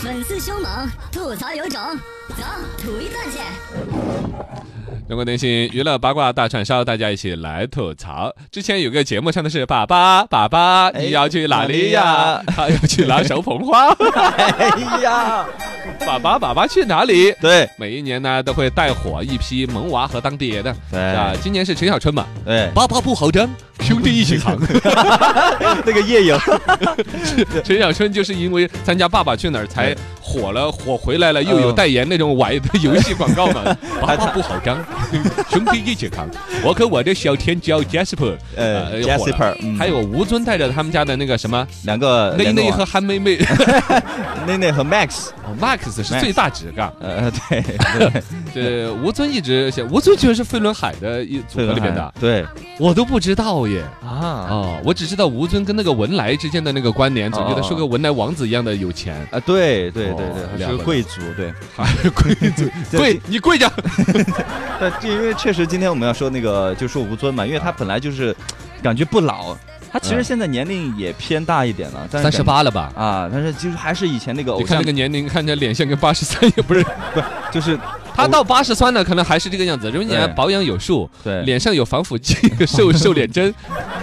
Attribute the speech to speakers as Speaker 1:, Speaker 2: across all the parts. Speaker 1: 粉丝凶猛，吐槽有种，走，吐一段去。
Speaker 2: 中国电信娱乐八卦大串烧，大家一起来吐槽。之前有个节目唱的是“爸爸，爸爸，
Speaker 3: 哎
Speaker 2: 你要去哪里
Speaker 3: 哪
Speaker 2: 呀
Speaker 3: 里？”
Speaker 2: 他要去拿手捧花。
Speaker 3: 哎呀，
Speaker 2: 爸爸，爸爸去哪里？
Speaker 3: 对
Speaker 2: 每一年呢，都会带火一批萌娃和当爹的。啊
Speaker 3: 对，
Speaker 2: 今年是陈小春嘛？
Speaker 3: 对，
Speaker 2: 爸爸不好当，兄弟一起扛。
Speaker 3: 那个夜影，
Speaker 2: 陈小春就是因为参加《爸爸去哪儿》才火了，火回来了，又有代言那种歪的游戏广告 嘛。爸爸不好当，兄弟一起扛。我和我的小天骄 Jasper，
Speaker 3: 呃
Speaker 2: 又火了
Speaker 3: Jasper，嗯呃
Speaker 2: 还有吴尊带着他们家的那个什么
Speaker 3: 两个
Speaker 2: 内内
Speaker 3: 两
Speaker 2: 和
Speaker 3: 个
Speaker 2: 憨妹 妹
Speaker 3: 网内内和 Max，
Speaker 2: 哦，Max 是
Speaker 3: Max 嗯
Speaker 2: 最大值噶。
Speaker 3: 呃，对， 对
Speaker 2: 这吴尊一直写，吴尊居然是飞轮海的一组合里边的，
Speaker 3: 对
Speaker 2: 我都不知道耶。
Speaker 3: 啊
Speaker 2: 哦，我只知道吴尊跟那个文莱之间的那个关联，总觉得
Speaker 3: 哦
Speaker 2: 是个文莱王子一样的有钱，
Speaker 3: 啊，对对对
Speaker 2: 哦
Speaker 3: 对，他是
Speaker 2: 两
Speaker 3: 个啊
Speaker 2: 个
Speaker 3: 贵族，对。
Speaker 2: 跪 着跪，你跪着。
Speaker 3: 但这因为确实今天我们要说那个就说吴尊嘛，因为他本来就是感觉不老，他其实
Speaker 2: 嗯
Speaker 3: 现在年龄也偏大一点了，但是哦
Speaker 2: 三十八了吧？
Speaker 3: 啊，但是就是还是以前那个
Speaker 2: 你
Speaker 3: 偶
Speaker 2: 看
Speaker 3: 像
Speaker 2: 那个，年龄，看着脸像跟八十三 也不是，
Speaker 3: 就是
Speaker 2: 他到八十三了，可能还是这个样子。人家
Speaker 3: 对
Speaker 2: 保养有术，
Speaker 3: 对
Speaker 2: 脸上有防腐剂、 瘦瘦脸针、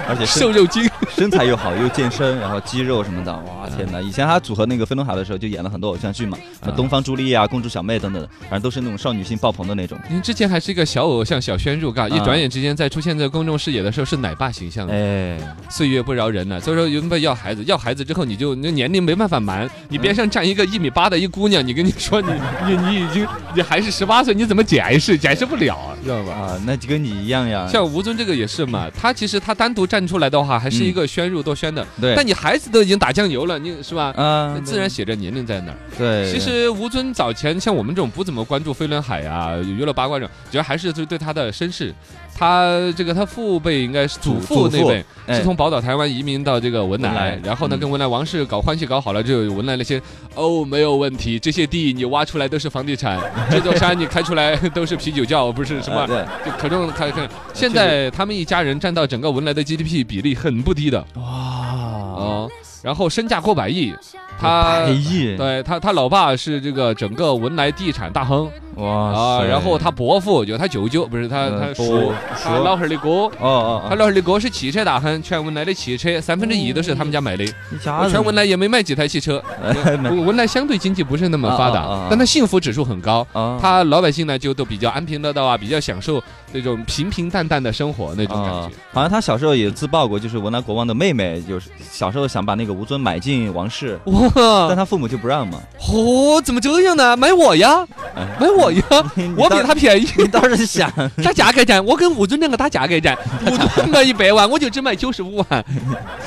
Speaker 3: 而且身
Speaker 2: 瘦肉精。
Speaker 3: 身材又好，又健身，然后肌肉什么的，哇天哪！以前他组合那个飞轮海的时候，就演了很多偶像剧嘛，什么
Speaker 2: 嗯
Speaker 3: 东方朱丽叶啊、公主小妹等等的，反正都是那种少女心爆棚的那种。
Speaker 2: 您之前还是一个小偶像、小鲜肉，嘎，一
Speaker 3: 啊
Speaker 2: 转眼之间在出现在公众视野的时候是奶爸形象。
Speaker 3: 哎，
Speaker 2: 岁月不饶人了，所以说原本要孩子，要孩子之后你就那年龄没办法瞒，你边上站一个一米八的一姑娘，你跟你说你 你你已经你还是十八岁，你怎么解释？解释不了，知道吧？
Speaker 3: 啊，那就跟你一样呀。
Speaker 2: 像吴尊这个也是嘛，他其实他单独站出来的话，还是一个宣入多宣的，
Speaker 3: 嗯对，
Speaker 2: 但你孩子都已经打酱油了，你是吧？
Speaker 3: 啊，
Speaker 2: 自然写着年龄在那儿。
Speaker 3: 对，
Speaker 2: 其实吴尊早前像我们这种不怎么关注飞轮海啊、娱乐八卦这种，主要还是就对他的身世。他这个他父辈应该是祖父
Speaker 3: 祖父
Speaker 2: 那辈
Speaker 3: 哎
Speaker 2: 是从宝岛台湾移民到这个文
Speaker 3: 文
Speaker 2: 莱
Speaker 3: 莱，
Speaker 2: 然后呢
Speaker 3: 嗯
Speaker 2: 跟文莱王室搞关系搞好了之后，文莱那些哦没有问题，这些地你挖出来都是房地产，这座山你开出来 都是啤酒窖，不是什么
Speaker 3: 啊对，哎
Speaker 2: 就可中看看，现在他们一家人占到整个文莱的 GDP 比例很不低的
Speaker 3: 哇，
Speaker 2: 哦，然后身价过百亿，他
Speaker 3: 百亿，
Speaker 2: 对他他老爸是这个整个文莱地产大亨
Speaker 3: 哇
Speaker 2: 啊，
Speaker 3: 塞
Speaker 2: 然后他伯父有他舅舅，不是他
Speaker 3: 嗯
Speaker 2: 他叔
Speaker 3: 伯
Speaker 2: 他
Speaker 3: 叔
Speaker 2: 老汉儿的哥。
Speaker 3: 哦哦
Speaker 2: 他
Speaker 3: 哦，
Speaker 2: 老汉儿的哥是汽车大亨，全文莱的汽车三分之一都
Speaker 3: 嗯
Speaker 2: 是他们家买的，
Speaker 3: 一家
Speaker 2: 全
Speaker 3: 子
Speaker 2: 文莱也没卖几台汽车。
Speaker 3: 哎 没
Speaker 2: 文莱相对经济不是那么发
Speaker 3: 啊啊啊
Speaker 2: 达
Speaker 3: 啊，
Speaker 2: 但他幸福指数很高，
Speaker 3: 啊
Speaker 2: 他老百姓呢就都比较安贫乐道啊，比较享受那种平平淡淡的生活那种感
Speaker 3: 啊
Speaker 2: 觉。，
Speaker 3: 好像他小时候也自曝过，就是文莱国王的妹妹，就是小时候想把那个吴尊买进王室，但
Speaker 2: 哇，
Speaker 3: 他父母就不让嘛。
Speaker 2: 哦，怎么这样呢？买我呀，
Speaker 3: 哎
Speaker 2: 买我呀，
Speaker 3: 你
Speaker 2: 我比
Speaker 3: 倒
Speaker 2: 他便宜。
Speaker 3: 你倒是想，
Speaker 2: 打价格战，我跟吴尊两个打价格战，吴尊卖一百万，我就只卖九十五万，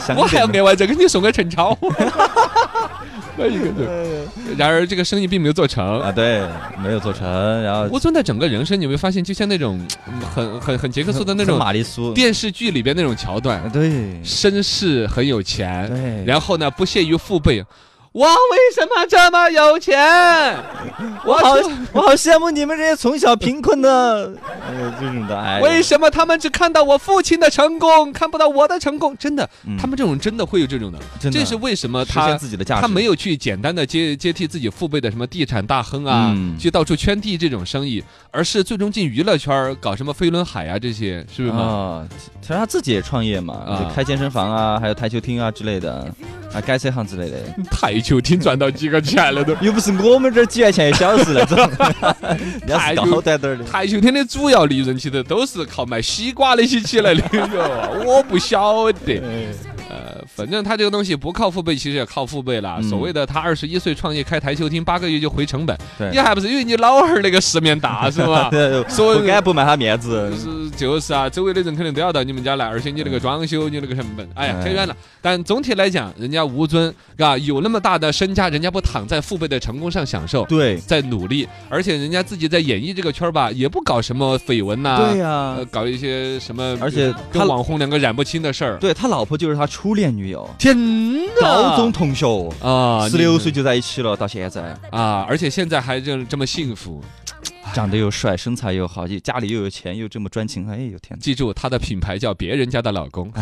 Speaker 3: 想
Speaker 2: 我还要
Speaker 3: 没
Speaker 2: 额外再给你送个陈超。卖一个对，然而这个生意并没有做成。
Speaker 3: 啊？对，没有做成，然后
Speaker 2: 吴尊的整个人生，你会发现，就像那种嗯很很很杰克
Speaker 3: 就
Speaker 2: 逊的那种
Speaker 3: 玛丽苏，
Speaker 2: 电视剧里边那种桥段
Speaker 3: 啊，对
Speaker 2: 绅士很有钱，
Speaker 3: 对，
Speaker 2: 然后呢不屑于父辈。我为什么这么有钱？
Speaker 3: 我
Speaker 2: 我
Speaker 3: 好
Speaker 2: 就
Speaker 3: 我好羡慕你们这些从小贫困的，呃，这种的， 哎，
Speaker 2: 为什么他们只看到我父亲的成功，看不到我的成功？真的，
Speaker 3: 嗯
Speaker 2: 他们这种真的会有这种的，
Speaker 3: 真的
Speaker 2: 这是为什么
Speaker 3: 实
Speaker 2: 他
Speaker 3: 现自己的价值？
Speaker 2: 他没
Speaker 3: 有
Speaker 2: 有去简单的接接替自己父辈的什么地产大亨啊，
Speaker 3: 嗯
Speaker 2: 去到处圈地这种生意，而是最终进娱乐圈儿搞什么飞轮海啊这些，是不是吗？
Speaker 3: 啊，其实他自己也创业嘛，
Speaker 2: 啊
Speaker 3: 就开健身房啊，还有台球厅啊之类的，啊，该这行之类的，
Speaker 2: 台球厅赚到几个钱了都。
Speaker 3: 又不是我们这儿几元钱一小时 那种，人家是高端 点儿的。
Speaker 2: 台球厅的主要利润其实都是靠卖西瓜那些起来的 哟，我不晓得。
Speaker 3: 哎
Speaker 2: 呃，反正他这个东西不靠父辈，其实也靠父辈了。
Speaker 3: 嗯
Speaker 2: 所谓的他二十一岁创业开台球厅，八个月就回成本，
Speaker 3: 对
Speaker 2: 你还不是因为你老汉儿那个世面大是吧？
Speaker 3: 对，
Speaker 2: 所以
Speaker 3: 不敢不卖他面子
Speaker 2: 就。是就是啊，周围的人肯定都要到你们家来，而且你那个装修，你那个成本，哎呀，
Speaker 3: 嗯
Speaker 2: 扯远了。但总体来讲，人家吴尊，啊，有那么大的身家，人家不躺在父辈的成功上享受，
Speaker 3: 对，
Speaker 2: 在努力，而且人家自己在演艺这个圈儿吧，也不搞什么绯闻呐、
Speaker 3: 对啊
Speaker 2: 呃
Speaker 3: 呀，
Speaker 2: 搞一些什么，
Speaker 3: 而且
Speaker 2: 跟
Speaker 3: 他
Speaker 2: 网红两个染不清的事儿。
Speaker 3: 对他老婆就是他初恋女友，
Speaker 2: 天哪，
Speaker 3: 高中同学，
Speaker 2: 啊，
Speaker 3: 十六
Speaker 2: 你
Speaker 3: 岁就在一起了，到现在
Speaker 2: 啊，而且现在还这这么幸福。
Speaker 3: 长得又帅，身材又好，又家里又有钱，又这么专情，哎呦天哪！
Speaker 2: 记住，他的品牌叫别人家的老公。